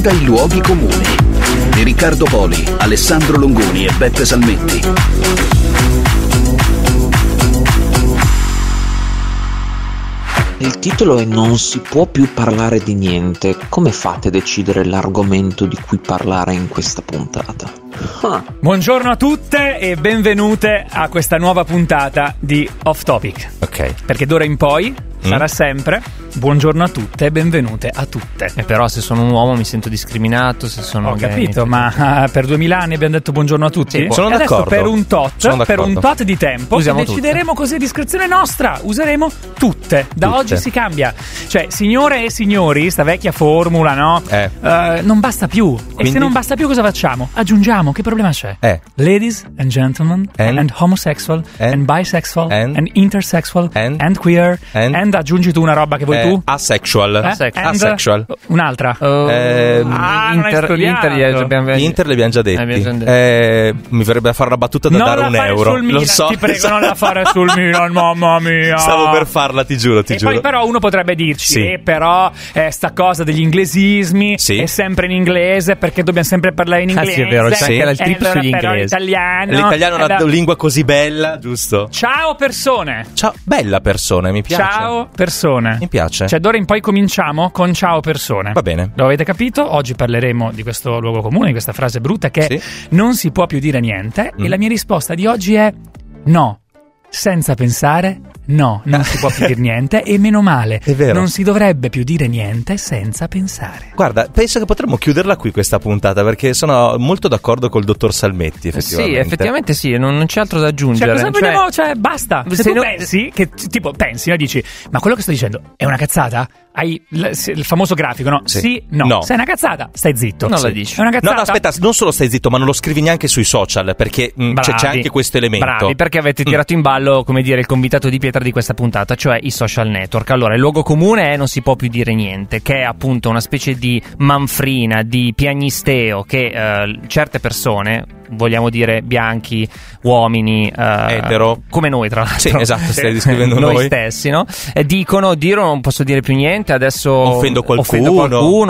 dai luoghi comuni di Riccardo Poli, Alessandro Longoni e Beppe Salmetti. Il titolo è Non si può più parlare di niente. Come fate a decidere l'argomento di cui parlare in questa puntata? Ah. Buongiorno a tutte e benvenute a questa nuova puntata di Off Topic. Ok. Perché d'ora in poi sarà sempre buongiorno a tutte e benvenute a tutte. E Eh, però se sono un uomo mi sento discriminato, se sono Ho gay, capito, eccetera. ma ah, per 2000 anni abbiamo detto buongiorno a tutti. Sì, sono e adesso d'accordo. per un Sono tot, per d'accordo. un tot di tempo, Usiamo tutte. decideremo così a discrezione nostra, useremo tutte. Da Tutte. oggi si cambia. Cioè, signore e signori, sta vecchia formula, no? Eh. Eh, non basta più. E se Quindi? non basta più cosa facciamo? Aggiungiamo, che problema c'è? Eh. Ladies and gentlemen and, And? homosexual and, And? bisexual and, And? intersexual and, And? queer and, And? aggiungi tu una roba che vuoi Eh, tu? Asexual. Eh? Asexual. And- Asexual. Un'altra. ah, Ehm, non hai Inter, studiato. l'Inter gli abbiamo Gli Inter li abbiamo già detti. Eh, abbiamo già detti. Eh, mi verrebbe da fare una battuta da Non dare la un fare euro. sul Milan, Lo so. ti prego, non la fare sul Milan, mamma mia. Stavo per farla, ti giuro, ti e giuro. poi però uno potrebbe dirci, Sì. eh, però eh, sta cosa degli inglesismi Sì. è sempre in inglese perché dobbiamo sempre parlare in Ah, sì, inglese. è vero, c'è anche Eh, la trip allora sugli però inglesi. L'italiano, L'italiano è eh, una da- lingua così bella, giusto? Ciao persone. Ciao, bella persona, mi piace. Ciao persone. Mi piace. Cioè, d'ora in poi cominciamo con ciao persone. Va bene. Lo avete capito? Oggi parleremo di questo luogo comune, di questa frase brutta che è non si può più dire niente. E Mm. la mia risposta di oggi è no. Senza pensare, no, non si può più dire niente. E meno male, È vero. non si dovrebbe più dire niente senza pensare. Guarda, penso che potremmo chiuderla qui questa puntata perché sono molto d'accordo col dottor Salmetti, effettivamente. Sì, effettivamente sì, non, non c'è altro da Cioè, aggiungere. cosa vogliamo? Cioè, basta. Se, se tu no- pensi, che t- tipo, pensi, no? Dici, ma quello che sto dicendo è una cazzata? Hai il, se- il famoso grafico, no? Sì. no. No. Se è una cazzata, stai zitto. Non la Sì. dici. È una cazzata. No, no, aspetta, non solo stai zitto, ma non lo scrivi neanche sui social perché mh, c'è, Bravi. c'è anche questo elemento. Bravi, perché avete Mm. tirato in ballo, come dire, il convitato di pietra di questa puntata, cioè i social network. Allora, il luogo comune è non si può più dire niente, che è appunto una specie di manfrina, di piagnisteo che eh, certe persone, vogliamo dire bianchi, uomini, eh, Etero. come noi tra l'altro. Sì, esatto, stai descrivendo noi. noi. stessi, no? Eh, dicono, Dio non posso dire più niente, adesso Offendo offendo qualcuno."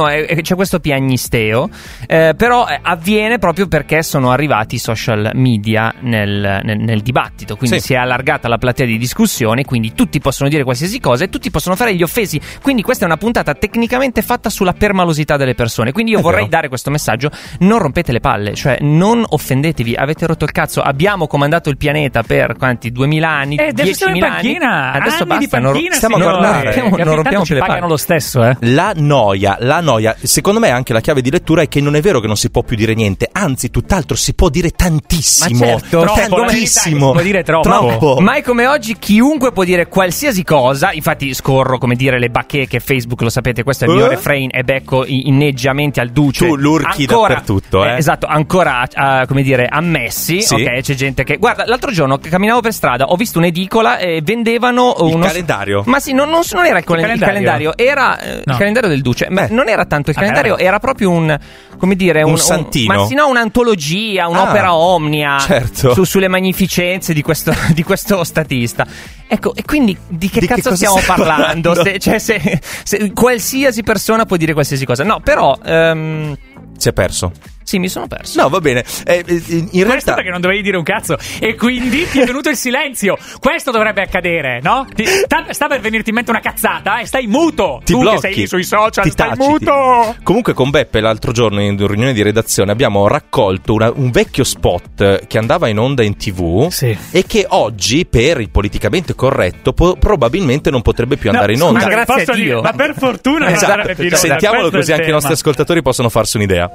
qualcuno", e- e c'è questo piagnisteo. Eh, però eh, avviene proprio perché sono arrivati i social media nel, nel- nel dibattito, quindi Sì. si è allargata la platea di discussione, quindi tutti possono dire qualsiasi cosa e tutti possono fare gli offesi. Quindi questa è una puntata tecnicamente fatta sulla permalosità delle persone. Quindi io È vorrei vero. dare questo messaggio, non rompete le palle, cioè non offendetevi, avete rotto il cazzo, abbiamo comandato il pianeta per quanti 2000 anni, Eh, adesso siamo in 10.000 anni. panchina. Adesso Anni basta, di non, panchina, stiamo signori. non Eh, rompiamo, Capitano, non rompiamo ci più le pagano palle. lo stesso, eh. La noia, la noia, secondo me anche la chiave di lettura è che non è vero che non si può più dire niente, anzi tutt'altro si può dire tantissimo, Ma certo, troppo, troppo, la verità è che si tantissimo, può dire troppo. Mai come oggi chiunque può dire qualsiasi cosa, infatti scorro come dire le bacheche Facebook, lo sapete, questo è il mio Eh? refrain e becco i- inneggiamenti al duce. Tu l'urchi dappertutto, eh. Esatto, ancora ah, come dire ammessi, Sì. ok, c'è gente che Guarda, l'altro giorno che camminavo per strada, ho visto un'edicola e vendevano Il uno calendario. Ma sì, non, non- non era il, calen- il calendario? calendario. era eh, No. il calendario del duce, ma Eh. non era tanto il Ah, calendario, era- era proprio un come dire Un santino. Ah, ma sì no, un'antologia, un'opera omnia certo. su- sulle magnificenze di questo, di questo statista. Ecco, e quindi di che Di che cazzo cosa stiamo stiamo parlando? parlando? Se- cioè, se- se- qualsiasi persona può dire qualsiasi cosa. No, però. ehm, Si è perso. sì, mi sono perso. No, va bene. Eh, eh, in Questo realtà perché non dovevi dire un cazzo e quindi ti è venuto il silenzio. Questo dovrebbe accadere, no? Ti- sta, sta per venirti in mente una cazzata e stai muto. ti tu blocchi, che sei lì sui social, ti stai taciti. muto. Comunque con Beppe l'altro giorno in riunione di redazione abbiamo raccolto una- un vecchio spot che andava in onda in TV Sì. e che oggi per il politicamente corretto po- probabilmente non potrebbe più andare in No, onda. scusa, grazie posso a Dio. dire- Ma per fortuna non Esatto. sarebbe più in onda, Sentiamolo questo è così il anche i nostri tema. ascoltatori possono farsi un'idea.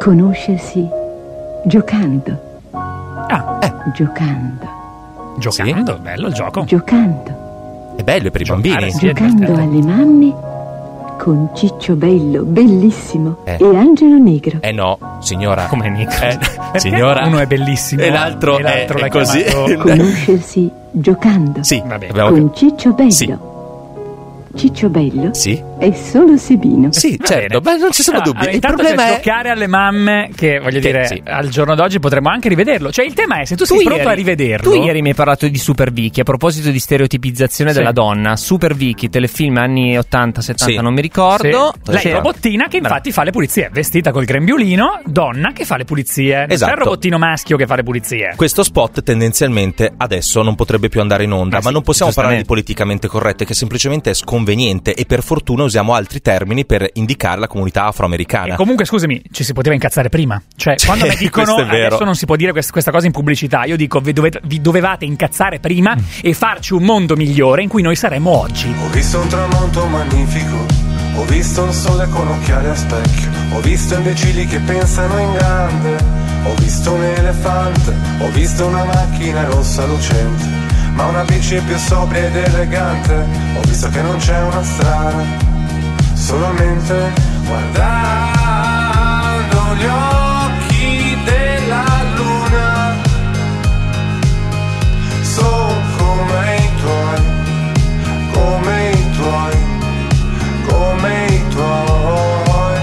Conoscersi giocando, Ah, giocando, giocando, bello il gioco. giocando, È bello è per i Giocare, bambini. sì. giocando aspetta. alle mamme con Ciccio Bello, bellissimo, Eh. e Angelo Nigro. Eh no, signora. Come Nick. Eh, Perché signora. Uno è bellissimo E l'altro, e l'altro è, l'ha è così. chiamato- Conoscersi giocando sì, Va bene. abbiamo- con Ciccio Bello. Sì. Ciccio Bello Sì. è solo Sebino. Sì, certo, bene. Ah, beh, non ci sono Allora, dubbi. Il intanto problema c'è è giocare alle mamme che voglio Che dire sì. al giorno d'oggi potremmo anche rivederlo. Cioè il tema è se tu, sei pronto ieri- a rivederlo. Tu ieri mi hai parlato di Super Vicky a proposito di stereotipizzazione Sì. della donna. Super Vicky, telefilm anni 80, 70, Sì. non mi Sì. ricordo. Lei è C'era- robottina che infatti fa le pulizie, vestita col grembiulino, donna che fa le pulizie. Non C'è Esatto. il robottino maschio che fa le pulizie. questo spot tendenzialmente adesso non potrebbe più andare in onda, Ma Ah, ma, sì, non possiamo parlare di giustamente. politicamente corrette, che semplicemente è sconveniente e per fortuna usiamo altri termini per indicare la comunità E afroamericana. comunque, scusami, ci si poteva incazzare prima. Cioè, Sì, quando mi dicono questo è vero. adesso non si può dire quest- questa cosa in pubblicità, io dico vi, dovete- vi dovevate incazzare prima Mm. e farci un mondo migliore in cui noi saremmo oggi. Ho visto un tramonto magnifico, ho visto un sole con occhiali a specchio, ho visto imbecilli che pensano in grande, ho visto un elefante, ho visto una macchina rossa lucente, ma una bici è più sobria ed elegante, ho visto che non c'è una strada, solamente guardando gli occhi della luna, sono come i tuoi come i tuoi, come i tuoi.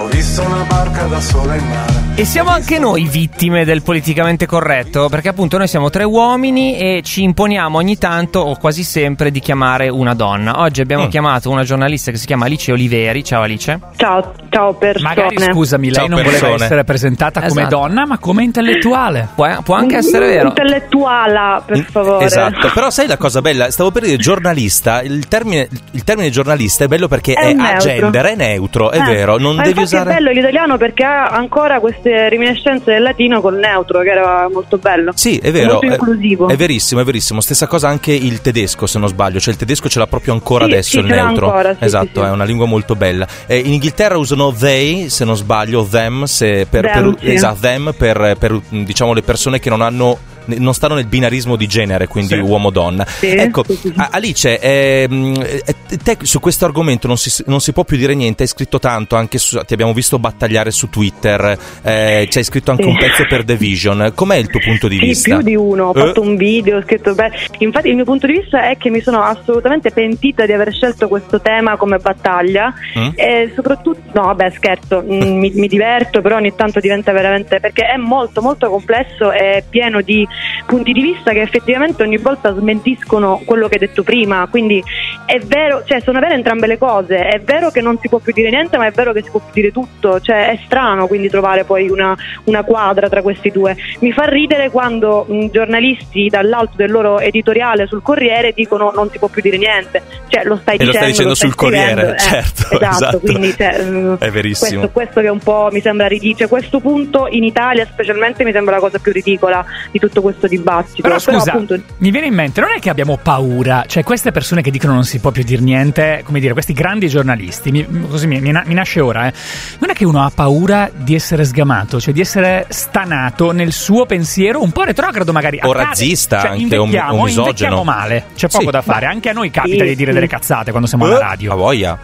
Ho visto una barca da sola in mare. E siamo anche noi vittime del politicamente corretto, perché appunto noi siamo tre uomini e ci imponiamo ogni tanto o quasi sempre di chiamare una donna. Oggi abbiamo Mm. chiamato una giornalista che si chiama Alice Oliveri. Ciao Alice. Ciao, ciao persone. Magari, scusami, lei Ciao, non voleva persone. essere presentata come Esatto. donna, ma come intellettuale. Può, può Mm-hmm. anche essere vero. Intellettuala, per favore. Esatto, però sai la cosa bella? Stavo per dire giornalista, il termine, il termine giornalista è bello perché È è, neutro. a gender, è neutro, è Eh, vero, non ma devi infatti usare... è bello l'italiano perché ha ancora queste reminiscenze del latino col neutro, che era molto bello. Sì, è vero. Molto è- inclusivo. È, verissimo, è verissimo. Stessa cosa anche il tedesco, se non sbaglio. Cioè, il tedesco ce l'ha proprio ancora Sì, adesso, sì, il ce l'ha neutro. ancora, sì, esatto, sì, sì. è una lingua molto bella. Eh, in Inghilterra usano they, se non sbaglio, them, se per, Them, per- sì. esatto, them per, per, mh, diciamo le persone che non hanno. Non stanno nel binarismo di genere, quindi Sì. uomo-donna. Sì, ecco, sì, sì, sì. a- Alice, ehm, eh, te su questo argomento non si, non si può più dire niente. Hai scritto tanto, anche su- ti abbiamo visto battagliare su Twitter. eh, ci hai scritto anche Sì. un pezzo per The Vision. Com'è il tuo punto di Sì, vista? più di uno, ho Eh. fatto un video, ho scritto beh, infatti il mio punto di vista è che mi sono assolutamente pentita di aver scelto questo tema come battaglia Mm? e Eh, soprattutto, no vabbè scherzo, mm, mi, mi diverto però ogni tanto diventa veramente, perché è molto molto complesso e pieno di punti di vista che effettivamente ogni volta smentiscono quello che hai detto prima, quindi è vero, cioè sono vere entrambe le cose, è vero che non si può più dire niente ma è vero che si può più dire tutto, cioè è strano quindi trovare poi una, una quadra tra questi due. Mi fa ridere quando mh, giornalisti dall'alto del loro editoriale sul Corriere dicono non si può più dire niente, cioè lo stai E lo dicendo. stai dicendo sul scrivendo, Corriere, eh, certo. Esatto, quindi cioè, mh, è verissimo. questo, questo che un po' mi sembra ridicolo, a questo punto in Italia specialmente mi sembra la cosa più ridicola di tutto questo dibattito. Però scusa, appunto, mi viene in mente, non è che abbiamo paura, cioè queste persone che dicono non si può più dire niente, come dire, questi grandi giornalisti, mi, così mi, mi na- mi nasce ora, eh. non è che uno ha paura di essere sgamato, cioè di essere stanato nel suo pensiero, un po' retrogrado magari. O accade. razzista Cioè, anche, o invecchiamo, mi- o misogeno. invecchiamo male, c'è poco Sì. da fare, anche a noi capita Sì, di dire sì. delle cazzate quando siamo alla Eh, radio. A voglia.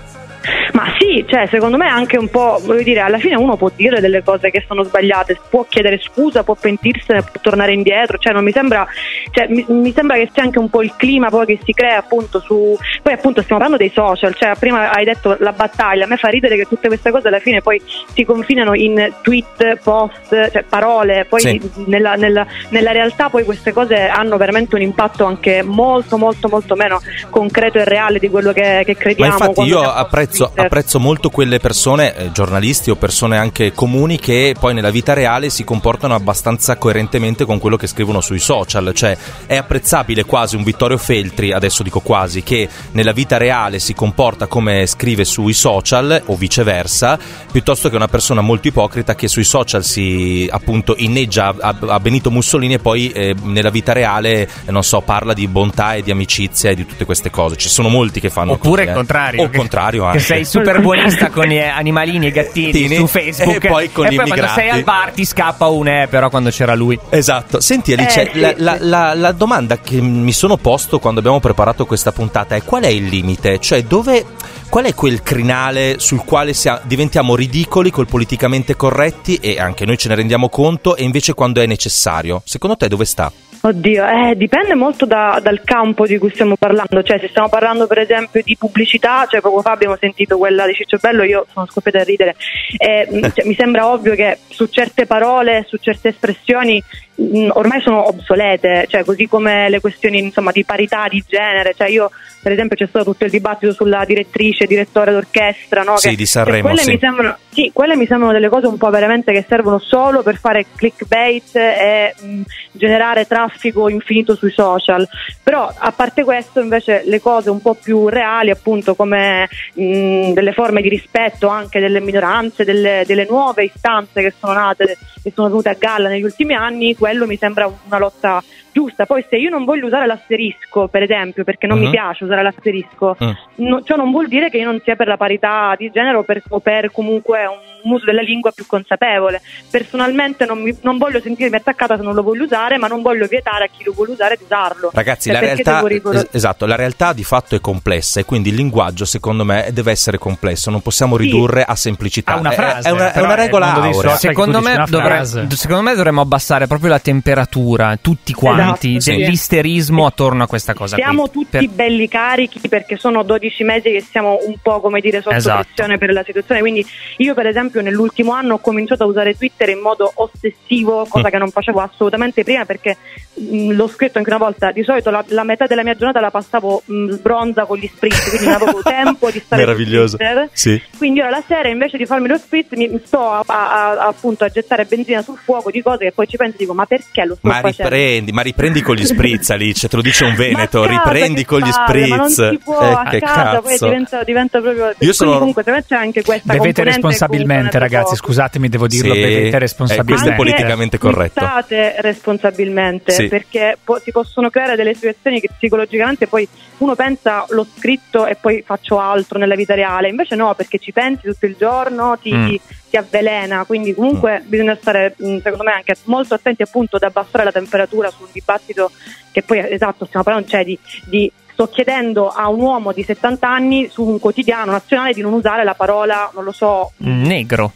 Ma sì, cioè, secondo me anche un po', voglio dire, alla fine uno può dire delle cose che sono sbagliate, può chiedere scusa, può pentirsene, può tornare indietro, cioè non mi sembra, cioè, mi, mi sembra che sia anche un po' il clima poi che si crea appunto su, poi appunto stiamo parlando dei social, cioè prima hai detto la battaglia, a me fa ridere che tutte queste cose alla fine poi si confinano in tweet, post, cioè parole, poi Sì. nella, nella- nella realtà poi queste cose hanno veramente un impatto anche molto molto molto meno concreto e reale di quello che, che Ma crediamo. infatti quando io siamo ecco. su apprezzo, Twitter. apprezzo molto quelle persone, eh, giornalisti o persone anche comuni, che poi nella vita reale si comportano abbastanza coerentemente con quello che scrivono sui social. Cioè è apprezzabile quasi un Vittorio Feltri, adesso dico quasi, che nella vita reale si comporta come scrive sui social o viceversa, piuttosto che una persona molto ipocrita che sui social si appunto inneggia a, a Benito Mussolini e poi eh, nella vita reale, eh, non so, parla di bontà e di amicizia e di tutte queste cose. Ci sono molti che fanno Oppure così, il eh. contrario. O il che- contrario Che anche. sei super buonista con gli animalini e i gattini Gattini, su Facebook. e poi con gli quando immigrati. sei al bar ti scappa un eh, però quando c'era lui. Esatto, senti Alice, Eh, sì. la, la- la- la domanda che mi sono posto quando abbiamo preparato questa puntata è qual è il limite? Cioè dove, qual è quel crinale sul quale sia- diventiamo ridicoli col politicamente corretti e anche noi ce ne rendiamo conto e invece quando è necessario? Secondo te dove sta? Oddio, eh, dipende molto da- dal campo di cui stiamo parlando, cioè se stiamo parlando per esempio di pubblicità, cioè poco fa abbiamo sentito quella di Ciccio Bello, io sono scoppiata a ridere, Eh, mh, cioè, mi sembra ovvio che su certe parole, su certe espressioni mh, ormai sono obsolete, cioè così come le questioni insomma, di parità di genere, cioè io per esempio c'è stato tutto il dibattito sulla direttrice, direttore d'orchestra, no? Sì, Che- di Sanremo, cioè, quelle sì. mi sembrano, sì, quelle mi sembrano delle cose un po' veramente che servono solo per fare clickbait e mh, generare traffico infinito sui social. Però a parte questo, invece, le cose un po' più reali, appunto, come mh, mm, delle forme di rispetto anche delle minoranze, delle, delle nuove istanze che sono nate, che sono venute a galla negli ultimi anni, quello mi sembra una lotta giusta. Poi, se io non voglio usare l'asterisco, per esempio, perché non Mhm. mi piace usare l'asterisco, Mm. no- ciò non vuol dire che io non sia per la parità di genere o per, o per comunque un uso della lingua più consapevole. Personalmente non, mi- non voglio sentirmi attaccata se non lo voglio usare, ma non voglio vietare a chi lo vuole usare di usarlo. Ragazzi, Cioè, la perché realtà, devo rigoro- es- esatto, la realtà di fatto è complessa e quindi il linguaggio, secondo me, deve essere complesso, non possiamo Sì. ridurre a semplicità. A una È- frase, è, una, è però una è il regola mondo dei aurea. social. Secondo tu dici me, una dovre- frase. d- secondo me dovremmo abbassare proprio la temperatura, tutti quanti, Esatto, sì. dell'isterismo attorno a questa cosa. qui. Siamo tutti Per- belli carichi perché sono 12 mesi che siamo un po' come dire sotto Esatto. pressione per la situazione. Quindi io, per esempio, nell'ultimo anno ho cominciato a usare Twitter in modo ossessivo, cosa Mm. che non facevo assolutamente prima perché mh, l'ho scritto anche una volta. Di solito la, la metà della mia giornata la passavo mh, sbronza con gli sprint, quindi non avevo tempo di stare su Meraviglioso. Twitter. Sì. Quindi ora la sera invece di farmi lo split mi mi sto a, a- a- appunto a gettare benzina sul fuoco di cose che poi ci penso e dico ma perché lo sto Ma facendo? riprendi, ma riprendi con gli spritz Alice, te lo dice un veneto, Ma a casa riprendi che con gli palle, ma non spritz. si può, Eh, a che casa, poi cazzo. diventa, diventa proprio. Io sono- Quindi comunque, per me c'è anche questa Bevete componente responsabilmente, componente ragazzi, poco. scusatemi, devo dirlo, Sì, bevete eh, questo è responsabilmente. politicamente corretto. State responsabilmente Sì. perché po- si possono creare delle situazioni che psicologicamente poi uno pensa l'ho scritto e poi faccio altro nella vita reale, invece no, perché ci pensi tutto il giorno, ti, Mm. ti- ti avvelena. Quindi, comunque, bisogna stare, mh, secondo me, anche molto attenti appunto ad abbassare la temperatura su un dibattito che poi esatto, stiamo parlando cioè, di, di- sto chiedendo a un uomo di 70 anni su un quotidiano nazionale di non usare la parola, non lo so, Negro.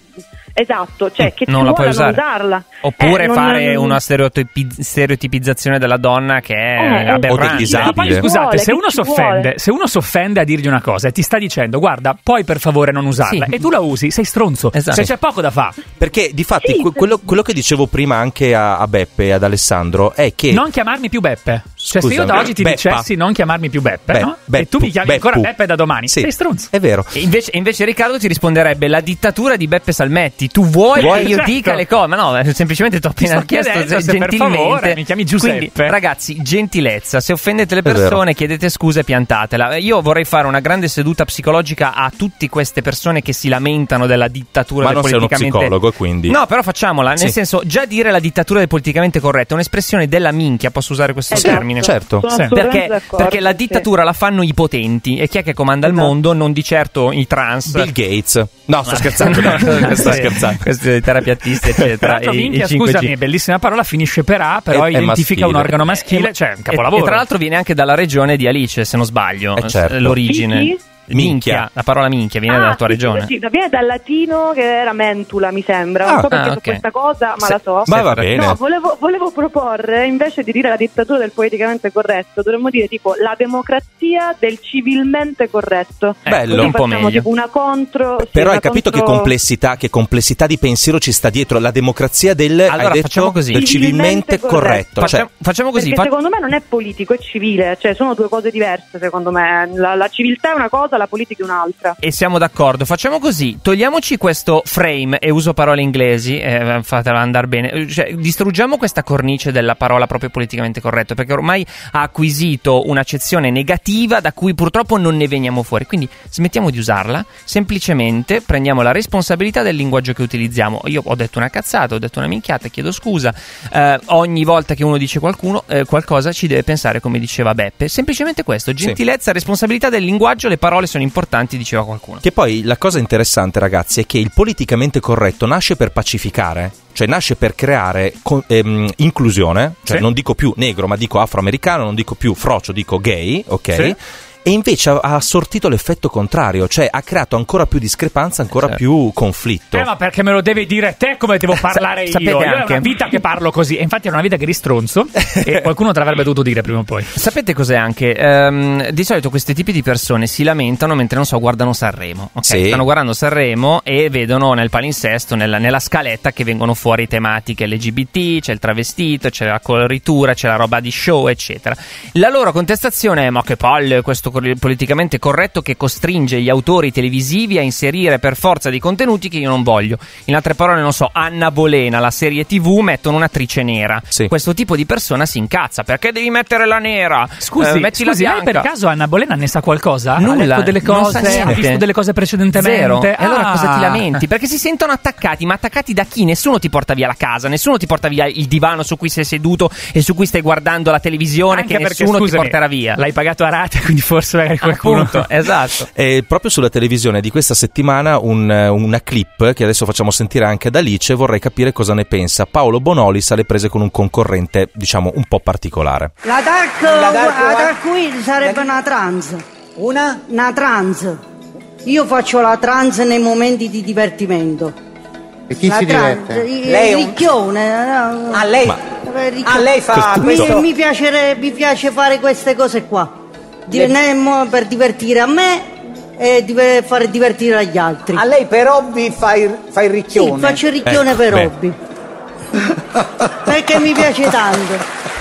esatto, cioè che Mm. Non ti la puoi vuole non usare. usarla. Oppure Eh, non- fare una stereotipi- stereotipizzazione della donna che è Eh, aberrante. o del Ma poi, disabile. scusate, Vuole, se Eh, che uno, ci s'offende, vuole. se uno s'offende a dirgli una cosa e ti sta dicendo guarda, poi per favore non usarla Sì. e tu la usi, sei stronzo. Esatto. Se c'è poco da fare, Perché di fatti Sì, que- quello, quello che dicevo prima anche a, a Beppe e ad Alessandro è che non chiamarmi più Beppe. Cioè, se Scusa, io da oggi ti Beppa. dicessi non chiamarmi più Beppe, Beh, no? Beppu, e tu mi chiami ancora Beppu. Beppe da domani, Sì, sei stronzo. È vero. E invece, e invece Riccardo ti risponderebbe la dittatura di Beppe Salmetti. Tu vuoi, Vuoi? che io Certo. dica le cose? Ma no, eh, semplicemente ti ho appena sto chiesto chiedendo se- se per gentilmente. favore mi chiami Giuseppe. Quindi, ragazzi, gentilezza. Se offendete le È vero. persone, chiedete scusa e piantatela. Eh, Io vorrei fare una grande seduta psicologica a tutte queste persone che si lamentano della dittatura Ma del non sei uno politicamente psicologo, quindi. No, però facciamola. Nel Sì. senso, già dire la dittatura del politicamente corretto è un'espressione della minchia. Posso usare questo Eh, Esatto. termine? certo. Sono Sì. assolutamente Perché, d'accordo, perché la sì. dittatura la fanno i potenti e chi è che comanda il Esatto. mondo? Non di certo i trans. Bill Gates. No, sto Ma- scherzando, dai, No, sto sì. scherzando. Questi terapiatisti, Tra eccetera. l'altro, i- minchia, i 5G. scusami, è bellissima parola, finisce per A, però È- è identifica un maschile. organo maschile, cioè è un capolavoro. E, e tra l'altro viene anche dalla regione di Alice, se non sbaglio, Eh, s- certo. l'origine. Sì, Minchia. la parola minchia viene Ah, dalla tua sì, regione. Sì, sì, viene dal latino che era mentula, mi sembra. Ah, non so perché ah, so ok. questa cosa, ma Se- la so. Ma va bene. No, volevo, volevo proporre invece di dire la dittatura del politicamente corretto, dovremmo dire tipo la democrazia del civilmente corretto. Eh, Bello. Così un po' facciamo meglio. tipo una contro. sì, Però hai una capito contro- che, complessità, che complessità di pensiero ci sta dietro la democrazia del, Allora, hai detto, facciamo così. del civilmente Civilmente corretto. corretto. Cioè, Facciamo, facciamo così. Perché fa- secondo me non è politico, è civile, cioè sono due cose diverse secondo me. La, la civiltà è una cosa, la politica è un'altra. E siamo d'accordo, facciamo così, togliamoci questo frame e uso parole inglesi, eh, fatela andare bene, cioè, distruggiamo questa cornice della parola proprio politicamente corretto, perché ormai ha acquisito un'accezione negativa da cui purtroppo non ne veniamo fuori, quindi smettiamo di usarla, semplicemente prendiamo la responsabilità del linguaggio che utilizziamo. Io ho detto una cazzata, ho detto una minchiata, chiedo scusa, eh, ogni volta che uno dice qualcuno, eh, qualcosa ci deve pensare come diceva Beppe, semplicemente questo, gentilezza, responsabilità del linguaggio, le parole sono importanti, diceva qualcuno. Che poi la cosa interessante, ragazzi, è che il politicamente corretto nasce per pacificare, cioè nasce per creare co- ehm, inclusione, cioè Sì. non dico più negro, ma dico afroamericano, non dico più frocio, dico gay, ok? Sì. e invece ha, ha sortito l'effetto contrario, cioè ha creato ancora più discrepanza, ancora Sì. più conflitto. Eh, ma perché me lo devi dire te come devo parlare Certo. sa- sapete io? Io è anche. una vita che parlo così. E infatti è una vita che ristronzo. e qualcuno te l'avrebbe dovuto dire prima o poi. Sapete cos'è anche? Ehm, di solito questi tipi di persone si lamentano mentre non so, guardano Sanremo. ok? Sì. Stanno guardando Sanremo e vedono nel palinsesto, nella, nella scaletta che vengono fuori tematiche LGBT, c'è il travestito, c'è la coloritura, c'è la roba di show, eccetera. La loro contestazione è: ma che palle, questo cor- politicamente corretto che costringe gli autori televisivi a inserire per forza dei contenuti che io non voglio. In altre parole, non so, Anna Bolena, la serie TV, mettono un'attrice nera. Sì. Questo tipo di persona si incazza perché devi mettere la nera? Scusi, Eh, metti scusi, la lei bianca. per caso Anna Bolena ne sa qualcosa? Nulla, ha letto delle non sa cose, ha niente. visto delle cose precedentemente. Zero. E allora Ah. cosa ti lamenti? Perché si sentono attaccati, ma attaccati da chi? Nessuno ti porta via la casa, nessuno ti porta via il divano su cui sei seduto e su cui stai guardando la televisione Anche che perché, nessuno ti scusami, porterà via. Ah, L'hai pagato a rate, quindi forse magari qualcuno. Appunto, esatto. E proprio sulla televisione di questa settimana un- eh, una clip che adesso facciamo sentire anche ad Alice, vorrei capire cosa ne pensa. Paolo Bonolis alle prese con un concorrente, diciamo, un po' particolare. La dark, La dark la one- dark queen sarebbe una trans, Una? una trans. Io faccio la trans nei momenti di divertimento. E chi la si trans, diverte? il- Lei è il un- ricchione. A lei, Eh, ricchione. a lei fa Questo- Mi, questo. mi piacere- mi piace fare queste cose qua. Di- né mo- per divertire a me e diver- fare divertire agli altri. A lei per hobby fa il, fa il Sì, ricchione. faccio il ricchione Ecco, per beh. hobby. Perché mi piace tanto.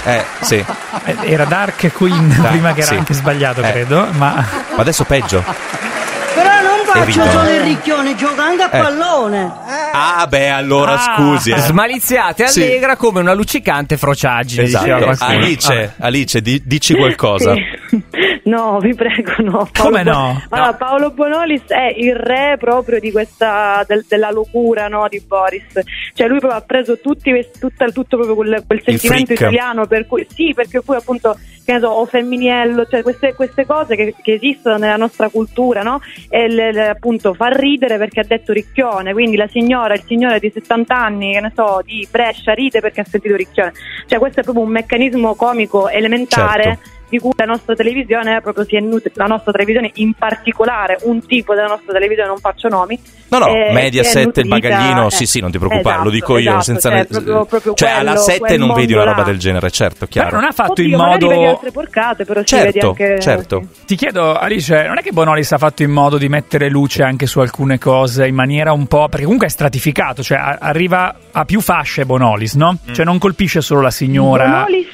Eh, sì. Eh, Era Dark Queen Dark, prima che era sì. anche sbagliato, Eh. credo. Ma Ma adesso peggio. Però non faccio ridono. solo il ricchione, gioco anche a Eh. pallone. Ah, beh, allora Ah. scusi. eh. Smaliziate Sì. allegra come una luccicante frociaggine. diceva Esatto. qualcuno. Alice, Alice, di- dici qualcosa. Sì. No, vi prego, no. Come Paolo no? Bon- Allora, Paolo Bonolis è il re proprio di questa, del- della locura no, di Boris. Cioè, lui proprio ha preso tutti, quest- tutta- tutto proprio quel, quel sentimento freak. italiano per cui, sì, perché poi appunto, che ne so, o femminiello, cioè queste, queste cose che, che esistono nella nostra cultura, no? E le- le- appunto fa ridere perché ha detto ricchione, quindi la signora, il signore di 70 anni, che ne so, di Brescia ride perché ha sentito ricchione. Cioè, questo è proprio un meccanismo comico elementare Certo. di cui la nostra televisione è proprio si è nut- la nostra televisione in particolare un tipo della nostra televisione non faccio nomi No, no, eh, si è Mediaset, il nutrita- bagaglino, eh, sì, sì, non ti preoccupare, lo esatto, dico io. esatto, senza cioè, ne- proprio- proprio cioè, quello- alla 7 quel non vedi una mondo roba là. del genere, certo, chiaro. però non ha fatto Oddio, in magari modo. vedi altre porcate però ci vedi certo, anche certo. Ti chiedo, Alice, non è che Bonolis ha fatto in modo di mettere luce anche su alcune cose in maniera un po'. perché comunque è stratificato, cioè a- arriva a più fasce Bonolis, no? Mm. Cioè non colpisce solo la signora. Bonolis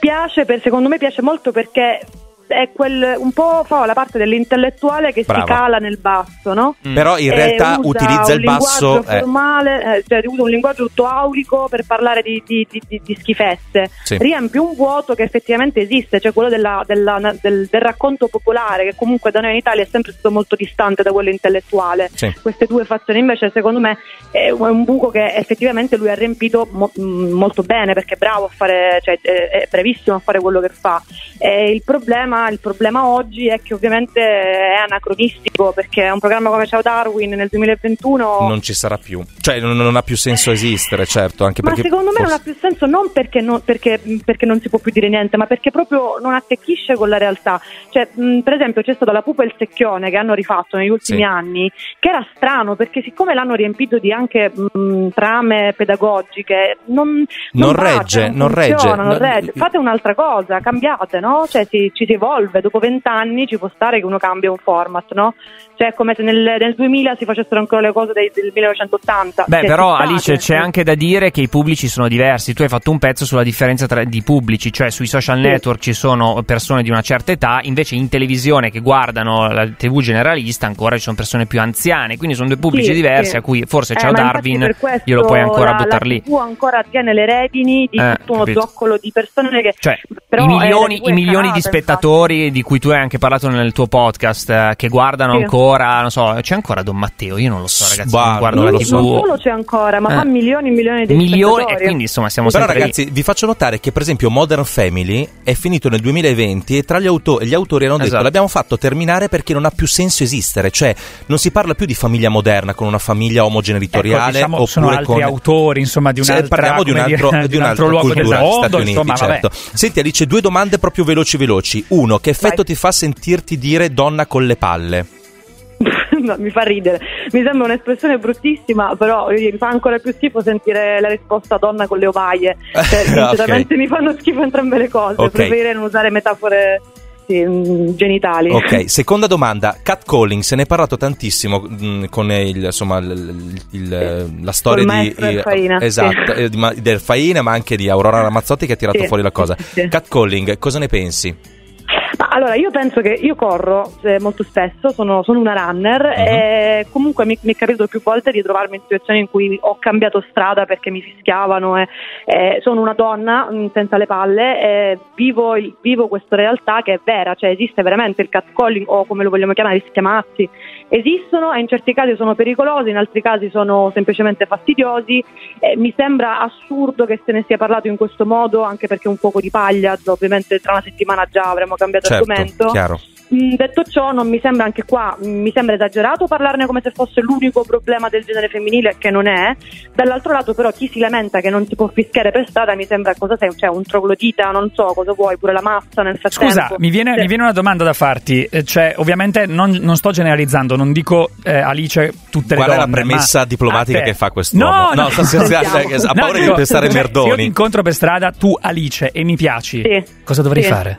piace per- secondo me piace molto perché è quel un po' fa la parte dell'intellettuale che Brava. si cala nel basso no? Mm. Però in Eh, realtà usa utilizza il un linguaggio basso. eh, formale, eh, cioè usa un linguaggio tutto aulico per parlare di, di- di- di- di schifezze. Sì. Riempie un vuoto che effettivamente esiste, cioè quello della- della- del, del racconto popolare, che comunque da noi in Italia è sempre stato molto distante da quello intellettuale. sì. Queste due fazioni invece, secondo me, è un- è un buco che effettivamente lui ha riempito mo- mh, molto bene perché è bravo a fare, cioè è è bravissimo a fare quello che fa. E il, problema, il problema oggi è che ovviamente è anacronistico perché un programma come Ciao Darwin nel 2021 non ci sarà più. Cioè, non, non ha più senso esistere, certo. Anche ma perché secondo me non forse- ha più senso non perché non, perché, perché non si può più dire niente, ma perché proprio non attecchisce con la realtà. Cioè, mh, per esempio, c'è stata la pupa e il secchione che hanno rifatto negli ultimi Sì. anni, che era strano perché siccome l'hanno riempito di anche mh, trame pedagogiche, non, Non va, cioè, regge, non funziona, regge, non non- regge. Fate un'altra cosa, cambiate, no? Cioè, si- ci si evolve, dopo vent'anni ci può stare che uno cambia un format, no? Cioè, è come se nel, nel 2000 si facessero ancora le cose dei- del 1980. Beh, Cioè, ci però state, Alice c'è sì. anche da dire che i pubblici sono diversi. Tu hai fatto un pezzo sulla differenza tra di pubblici, cioè sui social network ci sono persone di una certa età, invece in televisione che guardano la TV generalista ancora ci sono persone più anziane, quindi sono due pubblici Sì, diversi sì. a cui forse Eh, ciao ma Darwin infatti per questo glielo puoi ancora la- buttare la lì. TV ancora tiene le redini di Eh, tutto uno capito. zoccolo di persone che Cioè, però, i eh, milioni, la TV i è milioni di calata, spettatori di cui tu hai anche parlato nel tuo podcast, eh, che guardano Sì. ancora, non so, c'è ancora Don Matteo, io non lo so ragazzi, Bah, non guardo non la lo Lui TV. so. non solo c'è ancora, ma Eh. fa milioni e milioni di Milioni, e spettatori. quindi insomma siamo Però sempre lì. ragazzi, vi faccio notare che per esempio Modern Family è finito nel 2020 e tra gli, auto- gli autori hanno detto Esatto. l'abbiamo fatto terminare perché non ha più senso esistere, cioè non si parla più di famiglia moderna con una famiglia omogenitoriale Ecco, diciamo, oppure sono altri con... autori, insomma, di Sì, un'altra- parliamo di un come altro, dire, di un'altra luogo del cultura, mondo, Stati Uniti, insomma, vabbè. certo. Senti Alice, due domande proprio veloci veloci. uno, che effetto ti fa sentirti dire donna con le palle? No, mi fa ridere. Mi sembra un'espressione bruttissima, però voglio dire, mi fa ancora più schifo sentire la risposta donna con le ovaie. Cioè, sinceramente mi fanno schifo entrambe le cose. Ok. Preferirei non usare metafore sì, mh, genitali. Ok, seconda domanda, catcalling, se ne è parlato tantissimo mh, con il, insomma, l- il- il- la storia Col di, maestro eh, Erfaina, esatto, sì. eh, di- ma- del Faina, ma anche di Aurora Ramazzotti che ha tirato Sì, fuori la cosa. sì, sì. Catcalling, cosa ne pensi? Ma allora io penso che io corro eh, molto spesso, sono, sono una runner e comunque mi, mi è capitato più volte di trovarmi in situazioni in cui ho cambiato strada perché mi fischiavano e, e sono una donna mh, senza le palle e vivo, il- vivo questa realtà che è vera, cioè esiste veramente il catcalling o come lo vogliamo chiamare, gli schiamazzi, esistono e in certi casi sono pericolosi, in altri casi sono semplicemente fastidiosi eh, mi sembra assurdo che se ne sia parlato in questo modo, anche perché è un fuoco di paglia, ovviamente tra una settimana già avremo cambiato argomento. Certo, chiaro. Mm, detto ciò, non mi sembra anche qua, mm, mi sembra esagerato parlarne come se fosse l'unico problema del genere femminile, che non è. Dall'altro lato, però, chi si lamenta che non si può fischiare per strada, mi sembra cosa sei, cioè un troglodita, non so cosa vuoi, pure la massa nel frattempo. Scusa, mi viene, Sì. mi viene una domanda da farti. Eh, Cioè, ovviamente non, non sto generalizzando, non dico eh, Alice tutte le Qual è la donne, premessa ma- diplomatica Ah, te. che fa quest'uomo? No, No, eh, no, sto scherzando, sentiamo. che- ha paura di dico, pensare cioè, Merdoni. Se io ti incontro per strada, tu Alice e mi piaci, Sì. cosa dovrei Sì. fare?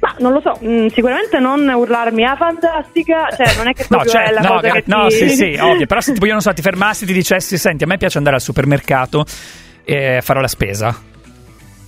Ma non lo so, mm, sicuramente non urlarmi, ah fantastica, cioè non è che No, proprio cioè, è la no, cosa gra- che no, ti- sì, sì, ovvio. Però se tipo io non so, ti fermassi e ti dicessi, senti, a me piace andare al supermercato e farò la spesa.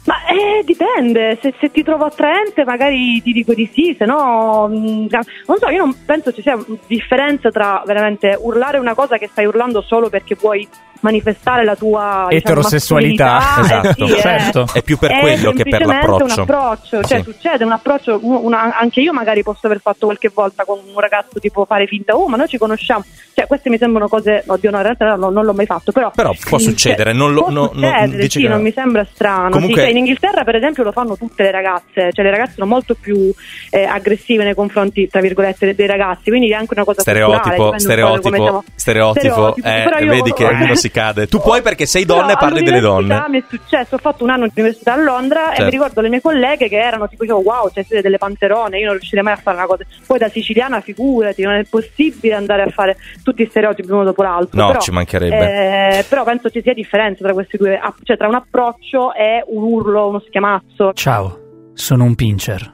Ma eh, dipende, se, se ti trovo attraente magari ti dico di sì, se no mh, non so, io non penso ci sia differenza tra veramente urlare una cosa che stai urlando solo perché vuoi manifestare la tua diciamo, Eterosessualità. mascolinità, esatto, eh, sì, eh. Certo. È più per È quello che per semplicemente l'approccio. un approccio, cioè Sì. succede un approccio, u- una- anche io magari posso aver fatto qualche volta con un ragazzo tipo fare finta, oh ma noi ci conosciamo, cioè queste mi sembrano cose, oddio no in realtà no, non l'ho mai fatto, però... Però può Cioè, succedere, non lo- può no- no- succedere, dici sì, che no. non mi sembra strano. Comunque- Sì, cioè, in Inghilterra per esempio lo fanno tutte le ragazze, cioè le ragazze sono molto più eh, aggressive nei confronti tra virgolette dei- dei ragazzi, quindi è anche una cosa Stereotipo, culturale, dipende un po' da come stereotipo, siamo- stereotipo, Stereotipi, eh, però io- vedi che uno si cade. Eh, Tu puoi perché sei donna e Però parli delle all'università donne. Mi è successo, ho fatto un anno di università a Londra Certo. e mi ricordo le mie colleghe che erano tipo dicevo, wow, cioè siete delle panterone, io non riuscirei mai a fare una cosa. Poi da siciliana figurati, non è possibile andare a fare tutti i stereotipi uno dopo l'altro. No, però, ci mancherebbe. eh, però penso ci sia differenza tra questi due, app- cioè tra un approccio e un urlo, uno schiamazzo. Ciao, sono un pincher.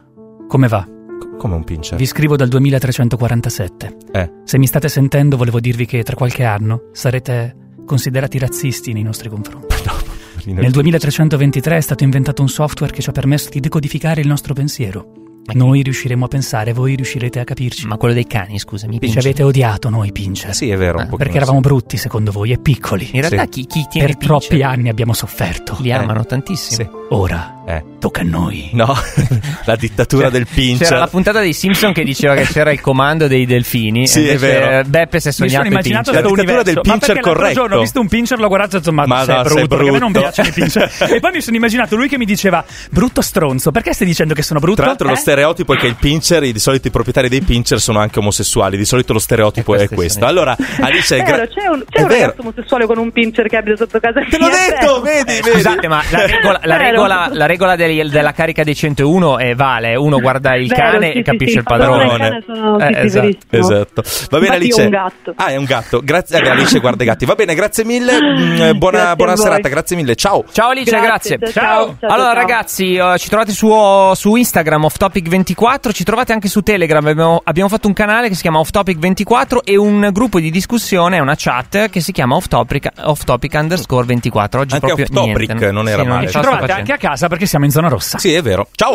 Come va? Eh. Come un pincher. Vi scrivo dal 2347. Eh. Se mi state sentendo, volevo dirvi che tra qualche anno sarete considerati razzisti nei nostri confronti. Nel 2323 è stato inventato un software che ci ha permesso di decodificare il nostro pensiero. Noi riusciremo a pensare, voi riuscirete a capirci. Ma quello dei cani, scusami. Ci pincher. avete odiato noi, Pincher. Eh, Sì, è vero, un pochino, Ah, Perché eravamo brutti secondo voi e piccoli. In realtà chi, chi tiene per i pincher troppi anni abbiamo sofferto. Li eh, amano tantissimo. Sì. Ora Eh. tocca a noi. No, la dittatura del pincher. Cioè, C'era la puntata dei Simpson che diceva che c'era il comando dei delfini. Sì, è invece vero. Cioè, Beppe si è Mi sono sognato i immaginato pincher. La questo dittatura universo. del Ma pincher perché l'altro corretto. giorno ho visto un pincher, l'ho guardato e ho detto, ma, Ma sei, no, brutto, sei perché a me non brutto." piacciono i pincher. e poi mi sono immaginato lui che mi diceva, brutto stronzo, perché stai dicendo che sono brutto? Tra l'altro, lo Eh? stereotipo è che il pincher, i- di solito i proprietari dei pincher sono anche omosessuali. Di solito lo stereotipo Eh, E è questi questo. sono i- Allora, Alice, È gra- vero, Eh, c'è un, c'è un è vero. ragazzo omosessuale con un pincher che abita sotto casa Te l'ho mia, è detto, vero. vedi, vedi. Scusate, ma la regola, la Vero. regola- la regola del- della carica dei 101 è vale. Uno guarda il Vero, cane e sì, sì, capisce sì, il padrone e padrone. cane sono- sì, sì, esatto. verissimo. Esatto. Va bene, Infatti io Alice. ho un gatto. Ah, è un gatto. Grazie. eh, beh, Alice guarda i gatti. Va bene, grazie mille. Mm, eh, buona Grazie a buona voi. serata, grazie mille. Ciao. Ciao Alice, grazie. Grazie, ciao, ciao, Allora ciao. ragazzi, eh, ci trovate su, oh, su Instagram Off Topic 24, ci trovate anche su Telegram, abbiamo, abbiamo fatto un canale che si chiama Off Topic 24 e un gruppo di discussione, una chat che si chiama Off Topic, Off Topic underscore 24. Oggi Anche proprio Off Topic niente. non era Sì, male. so Ci sto trovate anche facendo. a casa perché siamo in zona rossa. Sì, è vero. Ciao.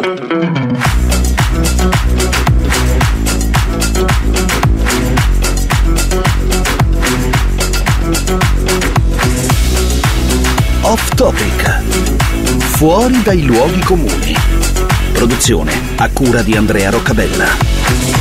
Off topic. Fuori dai luoghi comuni. Produzione a cura di Andrea Roccabella.